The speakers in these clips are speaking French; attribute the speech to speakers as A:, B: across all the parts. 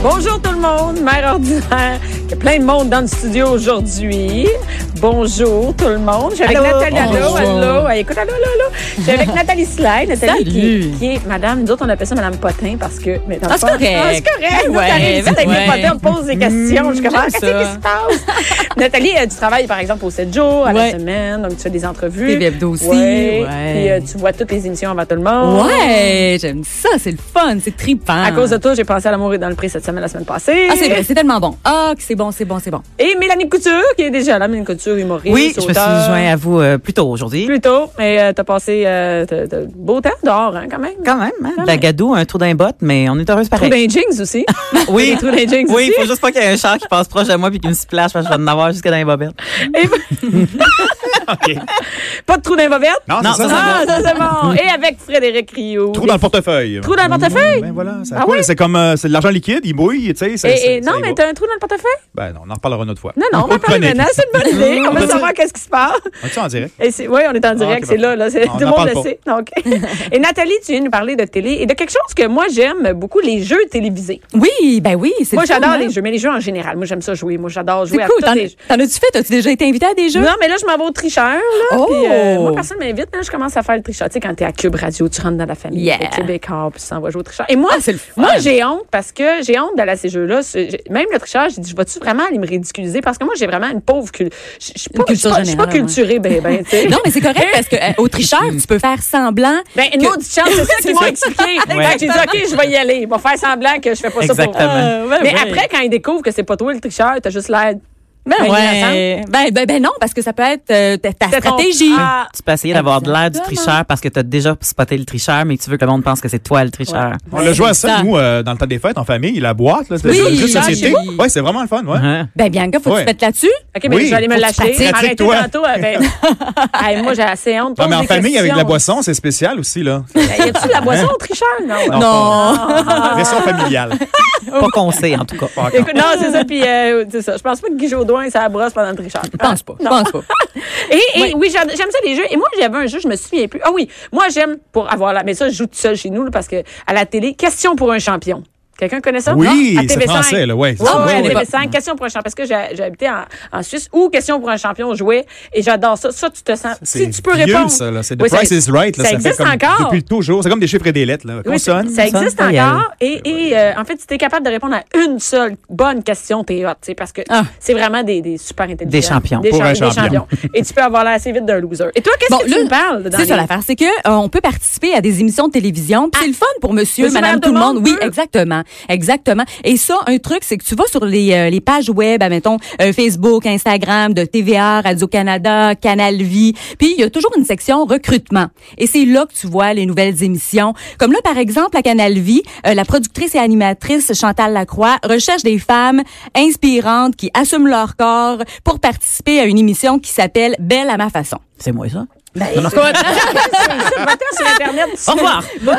A: Bonjour tout le monde, mère ordinaire. Il y a plein de monde dans le studio aujourd'hui. Bonjour tout le monde. J'ai avec
B: Allô.
A: Nathalie. Allô,
B: Bonjour.
A: allô. Hey, Écoute, allô, allô, allô. J'ai avec Nathalie Slay. Nathalie qui,
B: Salut.
A: qui est madame. Nous autres, on appelle ça madame Potin parce que. mais dans le
B: Ah, c'est
A: fond-
B: correct. Ben
A: Ah, c'est correct. Nous,
B: Ouais,
A: t'arrives vite avec
B: ouais.
A: les potins, on te pose des questions. je commence.
B: j'aime
A: Qu'est-ce
B: ça.
A: qui se passe? Nathalie, euh, tu travailles par exemple au 7 jours, à
B: Ouais.
A: la semaine. Donc, tu fais des entrevues.
B: TV Hebdo aussi,
A: Ouais.
B: ouais.
A: Puis euh, tu vois toutes les émissions avant tout le monde.
B: Ouais, j'aime ça, c'est le fun, c'est trippant.
A: À cause de toi, j'ai pensé à l'amour et dans le prix cette semaine, la semaine passée.
B: Ah, c'est vrai, c'est tellement bon. Ah, que c'est bon, c'est bon, c'est bon.
A: Et Mélanie Couture, qui est déjà là, Mélanie Couture, humoriste,
C: Oui, je me suis
A: auteur.
C: joint à vous euh, plus tôt aujourd'hui.
A: Plus tôt, mais euh, t'as passé euh, t'as- t'as beau temps dehors, hein, quand même.
C: Quand même, hein? De la gadoue, un trou d'un botte, mais on est heureuse
A: Trou
C: pareil.
A: d'un jeans aussi.
C: Oui,
A: Des trous d'un jeans
C: oui,
A: aussi.
C: faut juste pas qu'il y ait un char qui passe proche de moi puis qui me splash parce que je vais en avoir jusque dans les bobettes.
A: Et- Pas de trou d'un va verte.
D: Non,
C: Non,
D: c'est ça.
C: ça,
D: ça.
A: Ah, ça c'est bon. Et avec Frédéric Rio.
D: Trou dans le portefeuille.
A: Trou dans le portefeuille?
D: Ben voilà, ça
A: Ah
D: coule.
A: oui?
D: C'est comme euh, c'est de l'argent liquide, il mouille, tu sais. ça- ça-
A: Et, et-
D: ça
A: non,
D: y
A: mais
D: va.
A: t'as un trou dans le portefeuille?
D: Ben non, on en reparlera une autre fois.
A: Non, non, on va
D: Autre
A: parler
D: chronique.
A: maintenant. C'est une bonne idée. On
D: On
A: va
D: peut
A: savoir qu'est-ce qui se passe.
D: On est-tu en direct?
A: Et c'est- oui, on est en direct,
D: ok,
A: c'est là, là c'est-
D: On
A: tout le monde
D: n'en parle
A: le
D: pas.
A: sait. Donc. Et Nathalie, tu viens nous parler de télé et de quelque chose que moi j'aime beaucoup, les jeux télévisés.
B: Oui, ben oui, c'est
A: Moi
B: le fun,
A: j'adore
B: hein.
A: les jeux, mais les jeux en général. Moi j'aime ça jouer. Moi j'adore
B: C'est
A: jouer
B: cool.
A: à
B: T'en
A: tous les jeux.
B: t'en as-tu fait? As-tu déjà été invité à des jeux?
A: Non, mais là, je m'en vais au tricheur. Là,
B: Oh!
A: puis, euh, moi, personne ne m'invite. mais Là, je commence à faire le tricheur. Tu sais, quand t'es à Cube Radio, tu rentres dans la famille
B: Yeah.
A: t'es québécois, puis tu t'en vas jouer au tricheur. Et moi,
B: Ah, c'est le fun.
A: moi j'ai honte parce que j'ai honte d'aller à ces jeux-là. C'est- j'ai- Même le tricheur, j'ai dit, je vais-tu vraiment aller me ridiculiser? Parce que moi, j'ai vraiment une pauvre culture. Je je suis pas,
B: Une
A: je suis
B: culture
A: pas- je suis pas
B: générale,
A: culturée, ben, ben, tu sais.
B: Non, mais c'est correct parce que euh, au tricheur, tu peux faire semblant.
A: Ben, une autre chance, c'est ça qu'ils m'ont expliqué. Fait que J'ai dit, OK, je vais y aller. Ils vont faire semblant que je fais pas ça pour
C: Exactement.
B: ben
A: Mais
B: oui.
A: après, quand ils découvrent que c'est pas toi le tricheur, t'as juste l'air.
B: Ben,
A: Ben,
B: ouais. ben, ben, ben non, parce que ça peut être euh, ta, ta
A: C'est ton-
B: stratégie.
A: Ah,
C: Tu peux essayer d'avoir de l'air du
B: Exactement.
C: tricheur parce que t'as déjà spoté le tricheur, mais tu veux que le monde pense que c'est toi le tricheur.
D: On l'a joué à ça,
B: ça.
D: nous, euh, dans le temps des fêtes, en famille, la boîte, là, le
B: Oui,
D: le jeu de
A: ah,
B: ça,
D: société.
B: j'ai-
D: Ouais, c'est vraiment le fun,
A: Uh-huh.
D: ouais.
C: Hein?
B: Ben, Bianca, faut que
D: Ouais.
B: tu te mettes là-dessus.
A: OK, ben,
D: Oui,
A: je vais aller me
D: faut que tu
A: lâcher.
D: pratiques.
A: Arrêtez
D: Pratique-toi.
A: tantôt. euh, ben, hey, moi, j'ai assez honte.
D: Non, mais
A: Pose
D: en
A: des
D: famille, avec de la
A: questions.
D: boisson, c'est spécial aussi, là.
A: Ben, Y a-tu de la boisson au tricheur? Non.
D: Non.
B: Non.
A: Ah.
D: pas- Version familiale.
C: Pas qu'on sait, en tout cas.
D: Pas encore.
A: Écoute, non, c'est ça. Puis, euh, c'est ça. Je pense pas que Guy Jodoin, ça brosse pendant le tricheur.
B: Je pense pas. Je pense pas.
A: Et, et oui, j'aime j'aime ça les jeux. Et moi, j'avais un jeu, je me souviens plus. Ah oui, moi j'aime pour avoir la. Mais ça, je joue tout seul chez nous là, parce que à la télé, question pour un champion. Quelqu'un connaît ça?
D: Oui,
A: Non? Ah, À
D: c'est
A: TV5.
D: français, là, ouais, c'est
A: Ah
D: ça.
A: ouais, à
D: Ouais, ouais.
A: TV5, question pour un champion. Parce que j'ai j'ai habité en, en Suisse où question pour un champion jouait. Et j'adore ça. Ça, tu te sens.
D: C'est
A: Si tu peux
D: vieux,
A: répondre.
D: ça, là. C'est The
A: Oui,
D: Price is Right. Là.
A: ça
D: fait
A: existe
D: comme
A: encore.
D: Depuis Ben toujours. C'est comme des chiffres et des lettres. Là.
A: Oui, ça,
D: Consonne.
A: ça existe
C: consonne,
A: encore. Et, et, euh, en fait, si tu es capable de répondre à une seule bonne question, t'es hot, tu sais, parce que
B: Ah.
A: c'est vraiment des, des super intelligents.
C: Des champions.
A: Des,
D: Pour
A: cha-
D: un
A: des
D: champion.
A: champions. et tu peux avoir l'air assez vite d'un loser. Et toi, qu'est-ce que tu me parles? dans
B: C'est ça
A: les-
B: l'affaire, c'est que euh, on peut participer à des émissions de télévision, puis c'est le fun pour monsieur,
A: Ah, Monsieur,
B: madame, tout le monde. Oui,
A: peut.
B: exactement. Exactement. Et ça un truc, c'est que tu vas sur les, euh, les pages web, admettons euh, Facebook, Instagram de TVA, Radio-Canada, Canal Vie, puis il y a toujours une section recrutement. Et c'est là que tu vois les nouvelles émissions. Comme là par exemple à Canal Vie, euh, la productrice et animatrice Chantal Lacroix recherche des femmes inspirantes qui assument leur corps pour participer à une émission qui s'appelle Belle à ma façon.
C: C'est moi, ça.
A: Ça, va-t'en sur Internet.
C: Au revoir. Ben,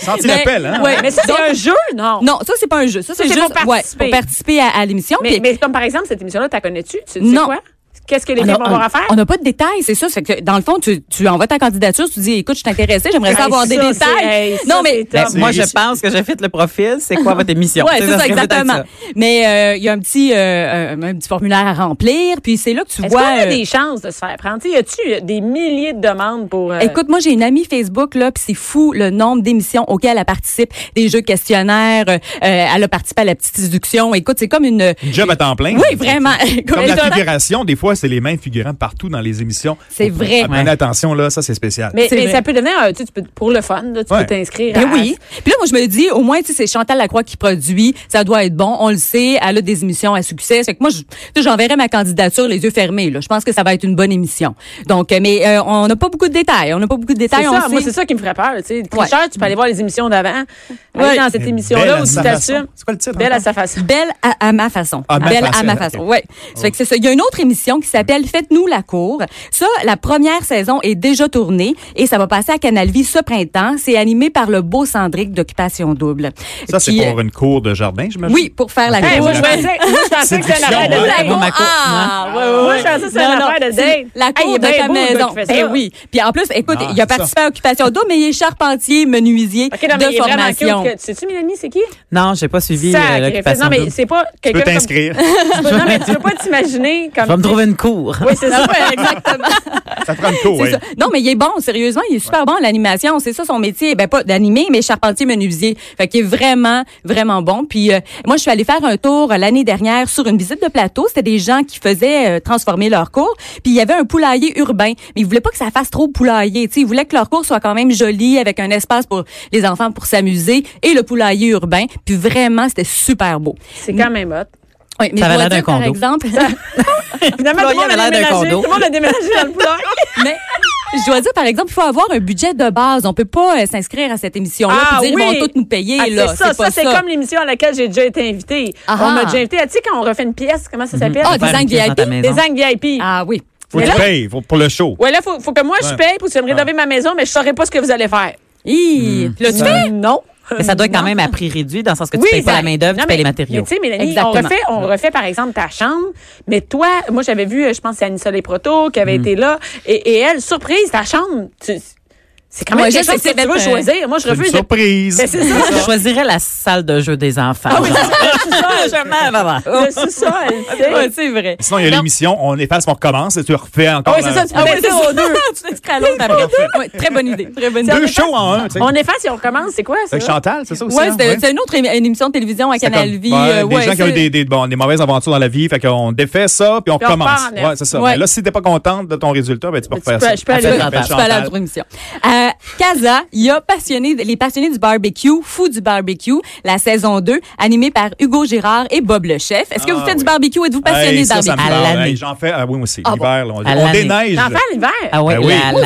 D: Senti
B: Ben,
D: l'appel, hein?
B: ouais.
A: Mais ça,
B: Donc-
A: c'est un jeu, non?
B: Non, ça c'est pas un jeu. Ça c'est
A: c'est
B: juste
A: pour participer.
B: ouais, pour participer à, à l'émission.
A: Mais,
B: Puis-
A: mais comme par exemple, cette émission-là, t'as connais-tu? Tu sais
B: Non.
A: quoi? Qu'est-ce que les
B: on
A: gens
B: a-
A: vont avoir à faire?
B: on n'a pas de détails, c'est ça. C'est que dans le fond, tu, tu envoies ta candidature, tu dis, écoute, je suis intéressée, j'aimerais ça
A: Hey,
B: avoir des
A: ça,
B: détails.
A: c'est- hey, ça,
B: non, mais
A: c'est top.
C: Ben, moi, je
D: réussi.
C: pense que j'ai fait le profil. C'est quoi votre émission?
B: Ouais,
C: Tu sais,
B: c'est ça,
C: serait peut-être
B: exactement. Mais euh, il y a un petit, euh, un, un petit formulaire à remplir, puis c'est là que tu
A: Est-ce
B: vois.
A: qu'on a
B: euh,
A: des chances de se faire prendre? Tu sais, Y a-tu des milliers de demandes pour. euh,
B: Écoute, moi j'ai une amie Facebook là, puis c'est fou le nombre d'émissions auxquelles elle participe, des jeux questionnaires, euh, euh, elle a participé à la petite séduction. Écoute, c'est comme une
D: Job à temps plein.
B: Oui, vraiment.
D: Comme la
B: Exactement.
D: figuration, des fois, c'est les mêmes figurants partout dans les émissions.
B: C'est
D: Faut-
B: vrai.
D: Ah, Prenez attention, là, ça, c'est spécial.
A: mais
B: c'est
A: mais
B: vrai.
A: ça peut devenir, euh, tu sais, tu peux, pour le fun, là, tu
D: Ouais.
A: peux t'inscrire.
B: Ben
A: à-
B: oui. Puis là, moi, je me dis, au moins, tu sais, c'est Chantal Lacroix qui produit. Ça doit être bon. On le sait. Elle a des émissions à succès. Fait que moi, je- tu sais, j'enverrai ma candidature les yeux fermés. Là. Je pense que ça va être une bonne émission. Donc, euh, mais euh, on n'a pas beaucoup de détails. On n'a pas beaucoup de
A: C'est
B: détails.
A: ça,
B: on
A: moi,
B: sait-
A: c'est ça qui me ferait peur. Tu sais, le tricheur, tu peux aller voir les émissions d'avant. Aller
B: Ouais.
A: dans cette
D: Mais
A: émission-là
D: Eh, belle
A: où
D: à
A: tu
D: sa
A: t'assumes.
D: façon. C'est quoi le titre hein?
A: Belle à
D: encore?
A: sa façon.
B: Belle à, à ma façon.
D: À ma
B: Belle
D: façon,
B: à ma
D: ok.
B: façon. Ouais. Ça fait que c'est ça. Il y a une autre émission qui qui s'appelle Faites-nous la cour. Ça, la première saison est déjà tournée et ça va passer à Canal Vie ce printemps. C'est animé par le beau Cendric d'Occupation Double.
D: Ça, c'est
B: Qui- euh,
D: pour une cour de jardin, j'imagine?
B: Oui, pour faire la
D: Hey,
A: Hey,
B: cour.
A: moi, je pensais moi, je pensais que c'était une
D: Séduction,
A: affaire de
D: hein?
A: date.
C: Bon, ma cour,
B: Ah, ouais, ouais,
A: Moi,
B: ouais.
A: je pensais que c'était une
B: Non,
A: affaire de
B: non,
A: date.
B: c'est La
A: Hey, il
B: cour
A: est
B: de
A: bien
B: ta
A: beau, le gars
B: maison.
A: qui fait ça.
B: Ben oui. Puis en plus, écoute,
D: Ah,
B: il a
D: c'est
B: participé à Occupation d'eau, mais il est charpentier, menuisier
A: OK, non, mais
B: de
A: il est vraiment
B: formation.
A: cute. que- Sais-tu, Mélanie, c'est qui?
C: Non, j'ai pas suivi euh,
A: Sacrifice.
C: l'occupation.
A: Non, mais
C: double.
A: c'est pas
D: Tu peux
A: quelqu'un comme...
D: t'inscrire.
A: Tu peux- Non, mais tu peux pas t'imaginer comme...
C: Je vais me trouver une cour.
A: Oui, c'est ça.
B: Exactement.
D: ça prend une cour,
B: C'est
D: oui.
B: ça. Non, mais il est bon, sérieusement, il est super bon à l'animation. C'est ça son métier. Ben, pas d'animer, mais charpentier menuisier. Fait qu'il est vraiment, vraiment bon. Puis, euh, moi, je suis allée faire un tour euh, l'année dernière sur une visite de plateau. C'était des gens qui faisaient euh, transformer leur cours. Puis, il y avait un poulailler urbain. Mais ils voulaient pas que ça fasse trop poulailler. Tu sais, ils voulaient que leur cours soit quand même joli, avec un espace pour les enfants pour s'amuser et le poulailler urbain. Puis, vraiment, c'était super beau.
A: C'est quand même hot.
B: Oui, mais
C: Ça avait
B: je dois
C: l'air d'un
B: dire, par
C: condo.
B: exemple,
A: Finalement, tout le
C: Florian
A: monde
C: avait
A: a
C: l'air d'un
A: déménagé.
C: condo.
A: Tout le monde a déménagé dans le poulailler.
B: Mais je dois dire, par exemple, il faut avoir un budget de base. On peut pas euh, s'inscrire à cette émission-là
A: Ah
B: puis dire
A: oui.
B: ils vont tous nous payer.
A: Ah,
B: là.
A: c'est ça, ça
B: pas
A: c'est comme l'émission à laquelle j'ai déjà été invitée.
B: Ah
A: on m'a
B: ah.
A: déjà invitée. Ah, Tu sais, quand on refait une pièce, comment ça s'appelle?
B: Ah,
C: Faire
B: design
C: une pièce dans ta
B: VIP,
C: maison.
A: Design VIP.
B: Ah oui.
D: Faut que
A: Mais
D: tu
A: là-
D: payes faut- pour le show.
A: Ouais, là, faut, faut que moi, je
D: Ouais.
A: paye pour que tu me rénover ma maison, mais je saurais pas ce que vous allez faire.
B: Hi.
D: Hmm.
B: Puis là, tu fais-
A: Non.
C: Mais ça doit être quand même à prix réduit dans le sens que tu payes
A: ça-
C: pas la main-d'œuvre,
A: non,
C: tu
A: mais-
C: payes les
A: mais
C: matériaux.
A: Tu sais, Mélanie, on
B: Exactement.
A: refait, on refait, par exemple, ta chambre, mais toi, moi, j'avais vu, euh, je pense, c'est Anissa Les Proto qui avait été là, et, et elle, surprise, ta chambre, tu- c'est quand même
B: Ouais,
A: quelque
B: je sais,
A: chose que
B: c'est
A: tu veux
B: bête, euh,
A: choisir. Moi, je
D: C'est une
A: refuse. de-
D: surprise.
A: Mais c'est ça.
C: Je choisirais la salle de jeu des enfants.
A: Ah oui, ça, c'est ça,
C: Genre,
A: je- le sous-sol, tu sais.
B: Ouais, c'est vrai.
D: Sinon, il y a l'émission, on efface, on recommence et tu refais encore.
A: Ah oui, c'est ça,
D: un-
A: tu peux mettre ça aux deux.
B: tu t'inscris à l'autre après. Ouais, très bonne idée. Très bonne idée.
D: Deux shows en un, tu sais.
A: On efface et on recommence, c'est quoi ça?
D: Avec Chantal, c'est ça aussi?
B: Ouais,
D: hein?
B: c'était c'est une autre émi- une émission de télévision à
D: C'est
B: Canal
D: comme,
B: Vie.
D: ouais,
B: euh,
D: des
B: ouais,
D: gens qui ont eu
B: c'est-
D: des, des- bon, des mauvaises aventures dans la vie, fait qu'on défait ça, puis on
A: Puis on
D: recommence.
A: repart en neuf.
D: ouais, c'est ça.
B: Ouais.
D: Mais là, si t'es pas contente de ton résultat, ben, tu peux
A: Tu
D: refaire
A: peux-
D: ça.
A: je peux aller-
B: Là,
D: Appelle-
B: tu
D: appelle
B: peux aller à
D: Chantal.
B: la émission. Euh, Casa, il y a passionné, les passionnés du barbecue, fous du barbecue, la saison 2, animée par Hugo Girard et Bob le chef. Est-ce que vous
D: Ah
B: faites du
D: oui.
B: barbecue? Êtes-vous passionné
D: Hey,
B: de
D: ça, ça me
B: barbecue?
C: À
D: parle.
C: l'année.
D: Hey, J'en fais, ah oui, moi aussi.
B: Ah bon.
D: L'hiver, là, on,
C: À
D: on
C: l'année.
D: déneige.
A: T'en fais à l'hiver?
C: Ah oui,
D: Ben oui.
C: la-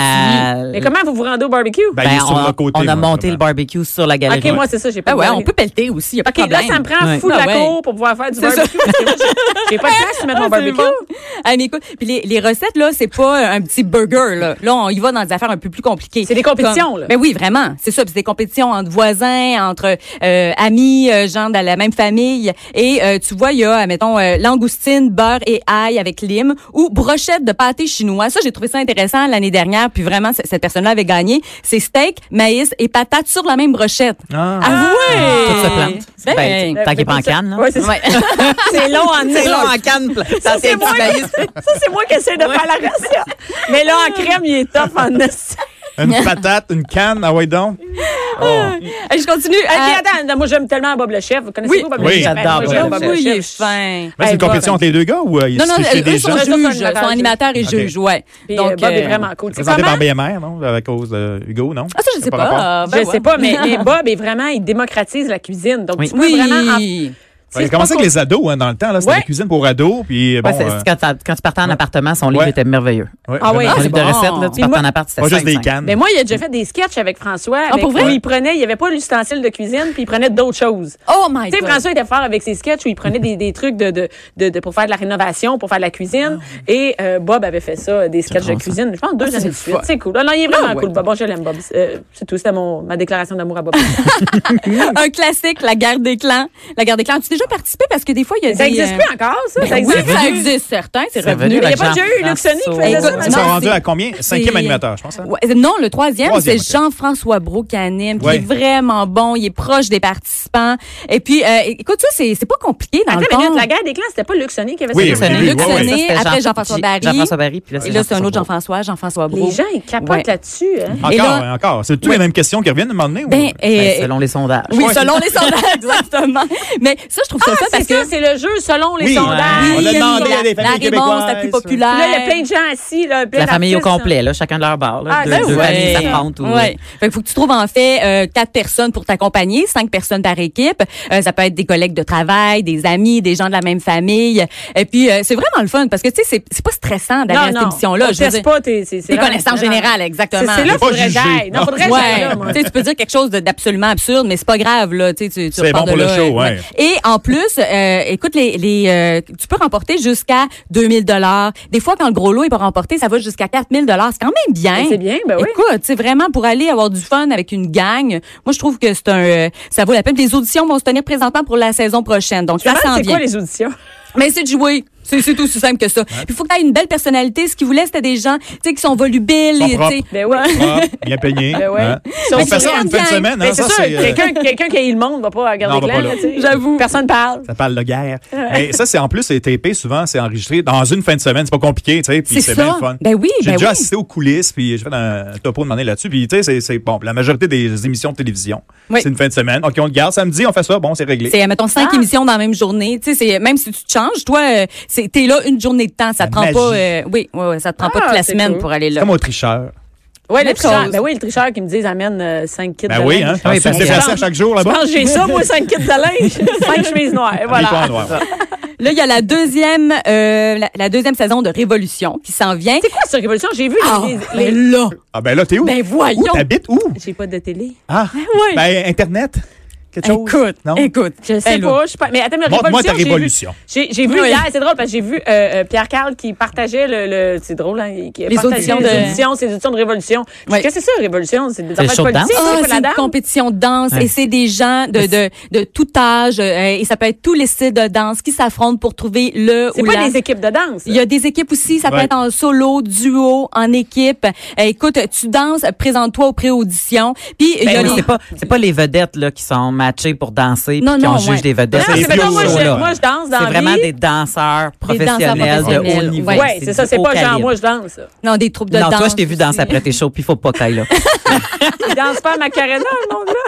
C: la-
A: Mais comment vous vous rendez au barbecue?
D: Ben,
C: Ben,
D: il est sur
C: on,
D: le côté,
C: on a
D: moi,
C: monté
D: vraiment.
C: le barbecue sur la galerie.
A: OK, moi, c'est ça, j'ai pas
B: Ah
A: de
B: ouais,
A: barbecue.
B: on peut pelleter aussi, il n'y a pas
A: OK,
B: de problème.
A: là, ça me prend
C: Ouais.
A: fou de la
B: Ah ouais.
A: cour pour pouvoir faire du
B: C'est ça.
A: barbecue. parce que moi, j'ai- J'ai pas de place pour mettre mon
B: Ah, c'est
A: barbecue. Euh,
B: bon. Ah, mais écoute, puis les, les recettes, là, c'est pas euh, un petit burger, là. Là, on y va dans des affaires un peu plus compliquées.
A: C'est des compétitions, là.
B: Ben oui, vraiment. C'est ça. puis C'est des compétitions entre voisins, entre euh, amis, euh, gens de la même famille. Et euh, tu vois, il y a, mettons, euh, langoustine, beurre et ail avec lime ou brochette de pâté chinois. Ça, j'ai trouvé ça intéressant l'année dernière. Puis vraiment, c- cette personne-là avait gagné. C'est steak, maïs et patates sur la même brochette.
D: Ah.
B: Avouez!
C: Tout se plante.
B: Ben,
C: Ben, Tant qu'il est pas en canne. là.
A: Ouais, c'est ça.
B: Ouais.
A: C'est long en
C: C'est long
A: long.
C: en canne. pla-
A: Ça,
C: Ça
A: c'est
C: fait
A: moi, qui- ça, c'est moi qui essaie de faire la recette. Mais là, en crème, il est top en esti.
D: Une patate, une canne, ah ouais, donc. Oh.
B: Hey, Je continue.
A: OK,
B: à-
A: attends, non, moi, j'aime tellement Bob le Chef. Vous connaissez
B: Euh, Oui.
A: Bob
D: Oui,
A: le Chef?
C: j'adore
A: Moi,
C: Bob
A: j'aime
C: le
B: oui, il est
A: Chef.
B: fin.
D: Mais c'est
A: Hey,
D: une compétition
A: Bob.
D: entre les deux gars ou euh,
B: Non, non,
D: c'est c'est
B: eux,
D: des
B: sont
D: gens?
A: juges.
B: juges, sont
A: Animateurs,
B: animateurs et
D: juges.
B: juges, ouais.
A: Puis, euh, Bob est
B: euh,
A: vraiment cool. Tu sais
D: Présenté
A: comment?
D: par BMR, non? À cause de Hugo, non?
B: Ah, ça, je sais pas. euh, ben
A: Je
B: ouais.
A: sais pas, mais, mais Bob est vraiment, il démocratise la cuisine. Donc,
C: Oui.
A: tu peux vraiment... en- tu sais,
B: Oui.
D: Il
A: c'est
D: a commencé
A: pas
D: avec les ados hein, dans le temps. là, C'était
A: Ouais.
D: la cuisine pour ados. Puis, bon,
C: Ouais, c'est-
D: euh,
C: c'est quand, t'as- quand tu partais en appartement, son livre
D: Ouais.
C: était merveilleux.
D: ouais,
A: Ah ouais.
D: vraiment,
B: Ah,
C: Son
B: c'est
C: livre de
B: bon.
C: recettes, là,
B: Puis
C: tu partais
A: moi-
C: en appart, c'était
D: Pas juste des
C: 5.
D: cannes.
A: Mais moi, il a déjà fait des sketchs avec François. avec-
B: Ah, pour vrai?
A: où il prenait, il n'y avait pas l'ustensile de cuisine, puis il prenait d'autres choses.
B: Oh my
A: Tu sais,
B: God.
A: François était fort avec ses sketchs où il prenait des, des trucs de, de, de, de- pour faire de la rénovation, pour faire de la cuisine.
B: Ah,
A: Et euh, Bob avait fait ça, des sketchs de
C: drôle, ça.
A: cuisine, je pense, deux années de
B: le
A: suite.
B: fun.
A: C'est cool. Ah Non, il est vraiment
B: Ah ouais.
A: cool, Bob. Bon, je l'aime, Bob. Euh, c'est tout. C'était mon- ma déclaration d'amour à
B: Ah,
A: Bob.
B: Un classique, la guerre des clans. La guerre des clans. Tu as déjà participé parce que des fois, il y a
A: ça
B: des.
A: existe
B: euh,
A: plus encore, ça? Ça
B: oui,
A: existe?
B: ça existe, certains. C'est
C: C'est
B: revenu.
A: Mais
C: revenu,
A: il n'y
B: Mais
A: a pas déjà eu Luc Sonny qui faisait ça?
B: Écoute,
D: Ils sont
B: non,
D: rendus
B: c'est-
D: à combien? Cinquième
B: c'est-
D: animateur, je pense. hein?
B: Ouais, non, le troisième,
D: Troisième,
B: c'est
D: ok.
B: Jean-François Brault qui anime, qui
D: Ouais.
B: est vraiment bon, il est proche des participants. Et puis, euh, écoute, ça, c'est c'est pas compliqué dans
A: Attends,
B: le
A: une minute,
B: fond.
A: la guerre des clans, c'était pas Luc Sonny qui avait
D: Oui,
A: ça?
D: oui, oui,
B: Luc
D: ouais, ouais.
B: Sonnet,
C: Ça, c'était
B: après
C: Jean-
B: Jean-François Barry.
C: Jean-François Barry, puis là,
B: Et
C: c'est
B: là, c'est un autre
C: Jean-François
B: Jean-François, Jean-François Brault.
A: Les gens, ils capotent
B: Ouais.
A: là-dessus. Hein?
D: Encore,
B: Et là-
D: encore. C'est toutes les mêmes questions qui reviennent à un moment donné? ou-
B: Ben,
C: Brault.
B: euh,
C: Selon les sondages.
B: Oui,
D: Ouais.
B: selon les sondages, exactement. Mais ça, je trouve ça fun
A: Ah,
B: parce
A: c'est ça,
B: que
A: c'est le jeu selon les
D: Oui.
A: sondages.
D: On l'a
B: Oui,
D: demandé
B: la,
D: à des
B: la
D: familles
B: réponse la plus
D: québécoises.
B: populaire.
A: Là, il y a plein de gens assis. Là, plein
C: La famille au
A: d'artistes, hein.
C: complet, là, chacun de leur bar. Là,
A: Ah,
C: deux
A: ben
C: deux
A: ouais.
C: amis, ça rentre. ou- euh,
B: Ouais. Fait que faut que tu trouves en fait euh, quatre personnes pour t'accompagner, cinq personnes par équipe. Euh, ça peut être des collègues de travail, des amis, des gens de la même famille. Et puis euh, c'est vraiment le fun parce que tu sais c'est c'est pas stressant d'aller
A: Non,
B: à cette
A: non.
B: émission là.
A: On teste pas tes, c'est- c'est
B: Tes
A: là-
B: connaissances
A: non, non.
B: générales, exactement.
A: C'est c'est là
D: Faut
A: qu'il faudrait
D: pas
A: que j'aille.
D: juger.
A: Non, faudrait que j'aille là, moi.
B: Ouais. tu sais, tu peux dire quelque chose de- d'absolument absurde, mais c'est pas grave là. Tu sais, tu, tu
D: C'est bon
B: repars de
D: pour le
B: là,
D: show,
B: euh,
D: ouais.
B: Et en plus, euh, écoute, les, les, euh, tu peux remporter jusqu'à 2000 dollars. Des fois, quand le gros lot est pas remporté, ça va jusqu'à 4000 dollars. C'est quand même bien.
A: Mais c'est bien, ben oui.
B: Écoute, c'est vraiment pour aller avoir du fun avec une gang. Moi, je trouve que c'est un, euh, ça vaut la peine. Les auditions vont se tenir présentement pour la saison prochaine. Donc, ça
A: Comment-
B: s'en
A: c'est
B: vient.
A: quoi les auditions?
B: Mais c'est de jouer. C'est c'est tout aussi simple que ça. Il faut que tu aies une belle personnalité. Ce qu'ils voulaient, c'était des gens tu sais, qui sont volubiles.
D: Sont
B: et, tu sais,
D: propres.
A: Ben ouais.
D: Ah, bien peigné.
A: Ben ouais.
D: hein.
A: Sont
D: On fait ça en une
B: souriantes,
D: fin de
B: gang.
D: semaine.
A: Ben,
D: hein,
A: c'est
D: ça,
A: sûr,
D: c'est, euh,
A: quelqu'un quelqu'un qui a eu le monde va pas regarder
D: Non, on va
A: clair.
D: pas
A: là,
D: là.
A: tu sais.
B: J'avoue.
A: Personne parle.
D: Ça parle de guerre. Mais ça, c'est en plus, c'est tapé souvent, c'est enregistré dans une fin de semaine. C'est pas compliqué, tu sais, puis
B: C'est
D: c'est
B: ça.
D: bien le fun.
B: Ben oui,
D: J'ai
B: ben
D: déjà
B: oui.
D: assisté aux coulisses, puis j'ai fait un topo de demander là-dessus. Puis, tu sais, c'est- c'est bon. La majorité des émissions de télévision,
B: Oui.
D: c'est une fin de semaine. OK, on le garde samedi, on fait ça, bon, c'est réglé.
B: C'est, mettons, cinq
A: Ah.
B: émissions dans la même journée. Tu sais, c'est- même si tu te changes, toi, euh, c'est, t'es là une journée de temps. Ça
D: La
B: te prend
D: magie.
B: pas, euh, oui, ouais, ouais, ça te prend pas
A: Ah,
B: toute la
A: c'est
B: semaine
A: cool.
B: pour aller
D: C'est
B: là.
D: comme au tricheur.
A: Ouais, le
B: Même
A: tricheur.
B: chose.
A: Ben oui, le tricheur qui me dit amène 5 kits
D: Ben
A: de
D: oui,
A: linge.
D: hein. On
C: Oui,
D: se
C: parce que-
D: déplacer à chaque jour
A: Je
D: là-bas.
A: pense que j'ai ça, moi, 5 kits de linge, 5 chemises noires. Et
D: Habille pas
A: Voilà.
D: en noir.
B: Là, il y a la deuxième, euh, la, la deuxième saison de Révolution qui s'en vient.
A: C'est quoi cette révolution? J'ai vu
B: Ah,
A: les-
B: mais
A: les-
B: là,
D: Ah, ben là, t'es où?
B: ben voyons.
D: Où t'habites où?
A: J'ai pas de télé.
D: Ah,
B: oui.
D: ben Internet.
A: Ben,
D: Quelque chose.
B: écoute,
D: non?
B: écoute.
A: Je sais
B: Ben là.
A: pas, je sais pas. Mais attends, mais
D: Montre-moi ta
A: révolution, j'ai vu-
D: révolution.
A: J'ai j'ai vu
B: Oui.
A: hier, c'est drôle parce que j'ai vu euh, euh, Pierre Carl qui partageait le, le- c'est drôle hein, qui
B: Les
A: partageait
B: auditions
A: les
B: de-
A: auditions, ses auditions de révolution. Je
B: Oui.
A: dis, Qu'est-ce que c'est ça révolution C'est des affaires
C: show de
A: politiques,
C: danse?
A: c'est
B: Ah,
A: quoi,
B: c'est
A: la
B: une
A: dame Hein.
B: compétition de danse
C: Ouais.
B: et c'est des gens de, de, de tout âge euh, et ça peut être tous les styles de danse qui s'affrontent pour trouver le
A: C'est
B: ou
A: pas
B: la
A: des équipes de danse.
B: Il y a des équipes aussi, ça peut
D: Ouais.
B: être en solo, duo, en équipe. Euh, écoute, tu danses, présente-toi aux pré-auditions. Puis il y a
C: Ben oui,
B: les-
C: c'est pas c'est pas les vedettes là qui sont matchées pour danser
B: Non,
C: puis qui
B: non,
C: on juge
B: ouais.
C: des
A: Non,
C: vedettes.
D: des
A: c'est mettons,
D: pros,
A: moi,
D: là.
A: je, moi je danse dans
C: C'est
A: la
C: vraiment
A: vie.
C: des danseurs professionnels, de haut
B: professionnels,
C: niveau.
B: ouais.
A: Oui, c'est ça,
C: du
A: c'est
C: haut
A: pas genre
C: calibre.
A: moi je danse.
B: non des troupes de
C: non,
B: danse.
C: toi, je t'ai vu danser après tes shows, puis faut pas que là.
A: Il danse pas à Macarena, le monde là.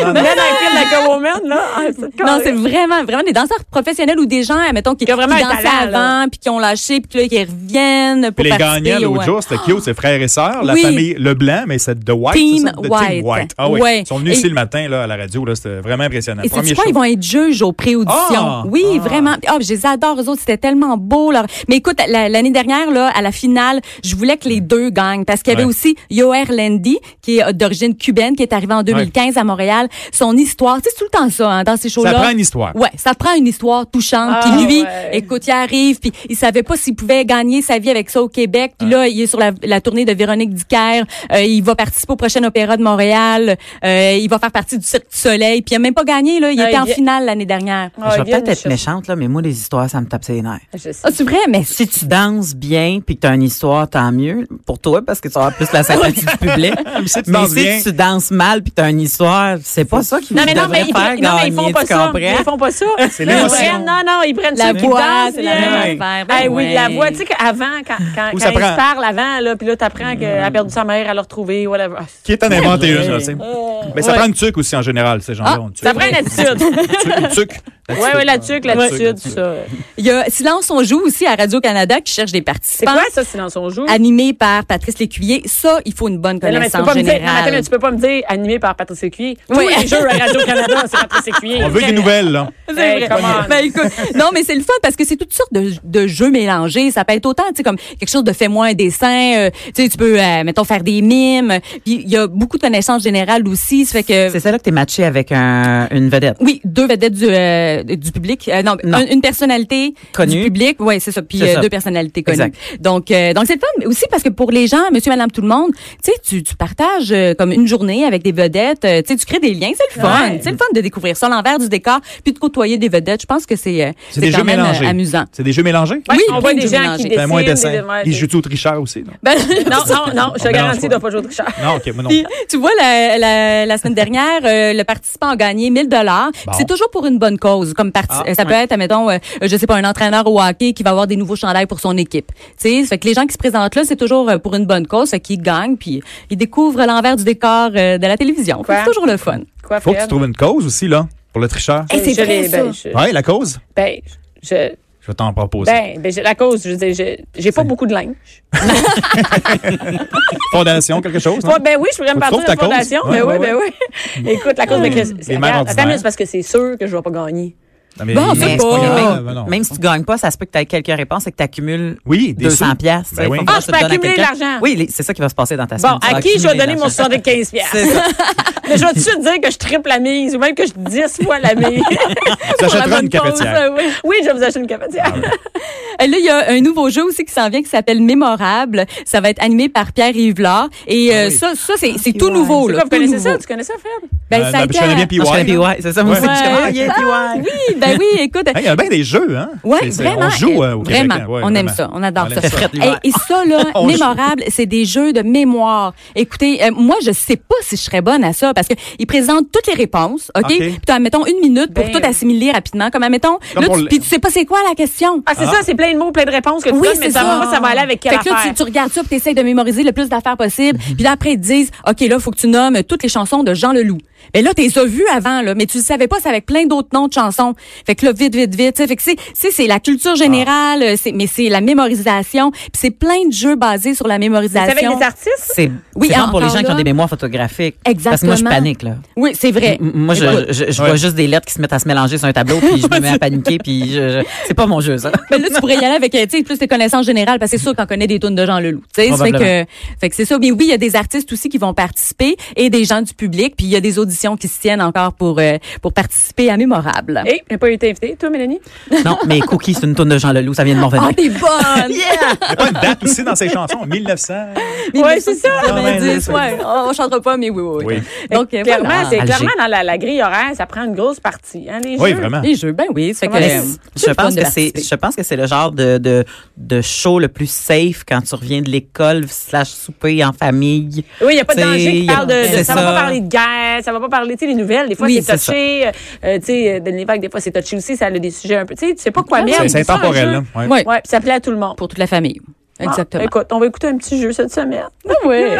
C: Non, non,
A: Même dans le film Like a Woman là. Ah,
B: Non, c'est vraiment vraiment des danseurs professionnels ou des gens, mettons qui,
A: Qui ont vraiment
B: qui
A: un
B: dansaient
A: talent, là.
B: avant puis qui ont lâché puis que là, qui reviennent pour
D: Puis les
B: participer
D: gagnants l'autre
B: au-
D: jour, c'était cute, c'est frères et sœurs, la
B: Oui.
D: famille Leblanc, mais c'est The White.
B: Team
D: c'est ça? The
B: White.
D: Team White. Ah oui.
B: Ouais.
D: Ils sont venus
B: Et-
D: ici le matin là, à la radio, là, c'était vraiment impressionnant.
B: Et
D: Premier
B: c'est quoi,
D: show.
B: ils vont être juges aux pré-auditions.
D: Ah!
B: oui, vraiment. Ah, je les adore, eux autres, c'était tellement beau. Leur... Mais écoute, la- l'année dernière, là, à la finale, je voulais que les deux gagnent parce qu'il y avait
D: Mm. Ouais.
B: aussi Yoer Lendi, qui est euh, d'origine cubaine, qui est arrivé en 2015 à Montréal. Son histoire, tu sais, c'est tout le temps ça, hein, dans ces shows-là.
D: Ça prend une histoire.
B: Ouais, ça prend une histoire touchante.
A: Ah,
B: puis lui,
A: ouais.
B: écoute, il arrive, puis il savait pas s'il pouvait gagner sa vie avec ça au Québec. Puis là, il est sur la, la tournée de Véronique Dicker. Euh, il va participer au prochain opéra de Montréal. Euh, il va faire partie du Cirque du Soleil. Puis il a même pas gagné là. Il
A: Ah,
B: était
A: il
B: en
A: vient-
B: finale l'année dernière. Ah,
C: je vais peut-être être méchante, là, mais moi, les histoires, ça me tape ses nerfs.
A: Je sais.
B: c'est vrai, mais c'est-
C: Si tu danses bien puis que tu as une histoire, tant mieux pour toi parce que tu auras plus la sympathie du public.
D: Mais si tu
C: mais
D: danses
C: si
D: bien-
C: tu danses mal puis tu as une histoire, c'est pas ça qui
A: Non, mais non, mais
C: devrait
A: ils,
C: faire
A: non, mais ils
C: gagner,
A: font pas
C: tu
A: ça.
C: comprends?
A: Ils font pas ça. C'est
D: l'émotion.
A: Non, non, ils prennent
B: La
A: ceux qui
B: voix,
A: dansent
B: c'est la
A: bien.
B: même affaire. Ben
A: Eh oui,
B: ouais.
A: la voix, tu sais qu'avant, quand, quand,
D: Ou
A: quand
D: ça
A: ils
D: prend-
A: se parlent avant, là, puis là, t'apprends qu'elle a perdu sa mère, à l'a retrouvée, whatever. Ah, c'est-
D: Qui est en inventé une, là, tu sais. Mais ça
A: Ouais.
D: prend une tuque aussi en général, ces gens-là. ont une tuque.
A: Ça prend une attitude.
D: Une tuque.
A: Oui, oui, la tuque, l'attitude, tout ça.
B: il y a Silence on joue aussi à Radio Canada qui cherche des
A: C'est
B: participants.
A: quoi ça, silence on joue?
B: Animé par Patrice Lécuyer. Ça, il faut une bonne
A: Mais non, mais tu peux
B: connaissance
A: pas me dire, non, mais attends, mais
B: générale.
A: tu peux pas me dire animé par Patrice Écuyer. Tous
B: Oui.
A: les jeux à Radio-Canada, c'est Patrice Écuyer.
D: On veut des nouvelles, là.
A: Hey, come on.
B: Ben, écoute, non, mais c'est le fun parce que c'est toutes sortes de, de jeux mélangés. Ça peut être autant, tu sais, comme quelque chose de fais-moi un dessin. euh, tu sais, tu peux, euh, mettons, faire des mimes. Puis il y a beaucoup de connaissances générales aussi. Ça fait que,
C: C'est celle-là que tu es matché avec un- une vedette.
B: oui, deux vedettes du, euh, du public. Euh, non,
C: Non.
B: un- une personnalité
C: Connue.
B: du public. Oui, c'est ça. Puis
C: C'est
B: euh,
C: ça.
B: deux personnalités connues.
C: Exact.
B: Donc, euh, donc c'est le fun mais aussi parce que pour les gens, monsieur, madame, tout le monde, tu sais, tu, tu partages euh, comme une journée avec des vedettes. euh, tu sais, tu crées des liens. C'est le fun.
A: Ouais.
B: C'est le fun de découvrir ça, l'envers du décor, puis de côtoyer des vedettes. Je pense que c'est euh,
D: C'est des
B: quand
D: jeux
B: même, euh,
D: mélangés.
B: amusant.
D: C'est des jeux mélangés?
A: Ouais,
B: Oui,
A: on voit
B: plein de
A: des
B: jeux
A: gens
B: mélangés.
A: qui
B: Ben,
D: Ben,
A: dessinent.
D: moins
A: des-
D: dessin.
A: ouais,
D: Ils
A: c'est-
D: jouent-tu au tricheur aussi? Non,
B: Ben,
A: Non, non, non, je te
D: mélange
A: garantis,
D: pas.
A: il doit pas jouer au tricheur.
D: non OK, moi non.
B: puis, tu vois, la, la, la semaine dernière, euh, le participant a gagné 1000 dollars.
D: Bon.
B: C'est toujours pour une bonne cause. Comme parti-
C: Ah,
B: euh, ça peut
C: ouais.
B: être, mettons, je sais pas, un entraîneur au hockey qui va avoir des nouveaux chandails pour son équipe. Tu sais, ça fait que les gens qui se présentent là, c'est toujours euh, pour une bonne cause, fait qu'ils gagnent, puis ils découvrent l'envers du décor euh, de la télévision. Fait que
A: Quoi?
B: C'est toujours le fun.
A: Quoi,
D: Faut que tu
A: Fred?
D: trouves une cause aussi, là, pour le tricheur.
B: Hey, Eh, c'est
A: Je
B: vrai,
A: l'ai-
B: ça.
A: ben, je-
D: Oui, la cause?
A: Ben, je.
D: Je vais t'en proposer.
A: Ben, ben, j'ai- la cause, je veux dire, j'ai- j'ai pas beaucoup de linge.
D: Fondation, quelque chose? non?
A: Ouais, ben oui, je pourrais me
D: Faut que tu
A: partir de la
D: trouves ta cause.
A: fondation.
D: Ouais,
A: ben oui,
D: ouais,
A: ben oui. Écoute, la cause, mais que-
D: mères Ah,
A: regarde, attends,
D: ordinaires.
A: mais c'est parce que c'est sûr que je vais pas gagner.
D: Non, mais-
B: Bon,
D: mais
B: c'est
D: c'est
B: pas-
D: pas grave,
C: Même,
D: ben non.
C: même si tu gagnes pas, ça se peut que tu aies quelques réponses et que tu accumules
D: Oui, des
C: 200
D: sous.
C: piastres. tu
D: Ben
C: sais,
D: oui.
C: faut
D: Ah,
C: que
A: je
C: tu
A: peux
C: donnes à
A: accumuler
C: quelqu'un.
A: l'argent.
C: Oui, les- c'est ça qui va se passer dans ta
A: Bon,
C: semaine. Tu vas
A: à qui je vais
C: accumuler
A: donner mon
C: l'argent.
A: 75
C: C'est ça.
A: Mais je vais-tu dire que je triple la mise ou même que je 10 fois la mise?
D: Tu achèteras Ah,
B: bonne
D: une
B: cause,
D: cafetière.
A: euh,
D: Ah,
A: oui. Oui, je vais vous acheter une cafetière.
B: Euh, Là, il y a un nouveau jeu aussi qui s'en vient qui s'appelle Mémorable. Ça va être animé par Pierre Yvelard. Et euh,
C: Ah oui.
B: ça, ça c'est c'est
C: Ah,
B: tout
C: ouais.
B: nouveau.
A: C'est
B: là,
A: quoi, vous
B: tout
A: connaissez ça?
B: nouveau.
A: Tu connais ça, Fred?
B: Ben,
D: Euh,
B: ça a
D: ben,
B: été
D: je connais
B: à-
D: bien PY.
C: Ah, je connais PY, c'est ça, moi aussi.
B: Ouais.
C: Je connais, ah, yeah, PY.
B: Oui, ben oui, écoute.
D: Hey, Il y a bien des jeux, hein?
B: Ouais,
D: C'est- c'est-
B: vraiment.
D: On joue
B: euh,
D: euh, au Québec.
B: Vraiment,
D: hein? Ouais,
B: on aime
D: vraiment.
B: ça, on adore
D: On
B: ça.
D: aime
C: Frette
B: Et,
C: l'hiver.
B: et ça, là,
D: On joue.
B: mémorable, c'est des jeux de mémoire. Écoutez, euh, moi, je sais pas si je serais bonne à ça parce que ils présentent toutes les réponses, OK?
D: OK.
B: Puis tu mettons une minute pour
A: Ben.
B: tout assimiler rapidement. Comme, admettons,
D: Comme
B: là,
D: pour
B: tu,
D: le-
B: puis tu sais pas c'est quoi la question.
A: Ah, c'est ça, c'est plein de mots, plein de réponses que tu
B: Oui,
A: donnes, mais
B: c'est
A: ça.
B: ça.
A: va- ça va aller avec quelle
B: Fait que là,
A: affaire? Mhm.
B: tu, tu regardes ça, puis t'essayes de mémoriser le plus d'affaires possible. Puis là, après, ils te disent, OK, là, faut que tu nommes toutes les chansons de Jean Leloup. Mais là, t'es as vues avant, là, mais tu le savais pas, c'est avec plein d'autres noms de chansons. Fait que là, vite, vite, vite. tu sais. Fait que c'est- c'est c'est la
A: Ah.
B: culture générale, euh, c'est mais c'est la mémorisation. Puis c'est plein de jeux basés sur la mémorisation.
A: C'est avec des artistes?
C: C'est
B: Oui,
C: oui, bon pour les
B: encore
C: gens qui
B: là.
C: ont des mémoires photographiques. Parce que moi, je
B: Exactement.
C: panique, là.
B: Oui, c'est vrai.
C: M- Moi, je,
B: Écoute.
C: je, je vois
D: Ouais.
C: juste des lettres qui se mettent à se mélanger sur un tableau, puis je me mets à paniquer, puis je, je- c'est pas mon jeu, ça.
B: Mais là, tu pourrais y aller avec, euh, tu sais, plus tes connaissances générales, parce que c'est sûr qu'on connaît des tunes de Jean Leloup. Tu sais, ça fait que,
C: Probablement.
B: fait que c'est ça. Mais oui, il y a des artistes aussi qui vont participer et des gens du public, puis il y a des auditions qui se tiennent encore pour, euh, pour participer à Mémorable.
A: Hé, Eh, j'ai pas été invitée. Toi, Mélanie?
C: Non, mais Cookie, c'est une tourne de Jean Leloup, ça vient de mon
B: Ah,
C: venir.
B: t'es bonne!
D: Il n'y a pas une date aussi dans ces chansons. 1900.
A: Ouais, c'est ça.
B: 1990,
D: Ah, ben,
B: ouais. Oh, On, on chantera pas, mais oui, oui. oui.
D: Oui.
B: Donc, euh,
A: clairement,
B: voilà.
A: c'est
C: Alger.
A: clairement dans la, la grille horaire, ça prend une grosse partie. Hein, les
D: Oui,
A: jeux.
D: vraiment.
B: Les jeux, ben oui. Ça fait que,
A: Comment
B: euh,
A: est-ce-
B: c'est
C: Je
B: le fun
C: pense,
B: de
C: que c'est,
B: participer.
C: je pense que c'est le genre de, de, de show le plus safe quand tu reviens de l'école slash souper en famille.
A: Oui, il n'y a pas de
C: T'sais,
A: danger qui
C: y a-
A: parle de. de-
C: c'est
A: ça ne va
C: ça.
A: pas parler de guerre, ça ne va pas parler, tu sais, les nouvelles. Des fois,
C: Oui,
A: c'est
C: c'est
A: touché. Euh, tu sais, Denis Lévesque, des fois, c'est touché aussi. Ça a des sujets un peu. Tu sais, tu sais pas quoi mettre.
D: C'est- C'est
A: ça, un jeu.
D: intemporel, là. Ouais.
B: Ouais,
A: Ouais, puis ça plaît à tout le monde.
B: pour toute la famille.
A: Ah,
B: Exactement.
A: écoute, on va écouter un petit jeu cette semaine.
B: Ouais.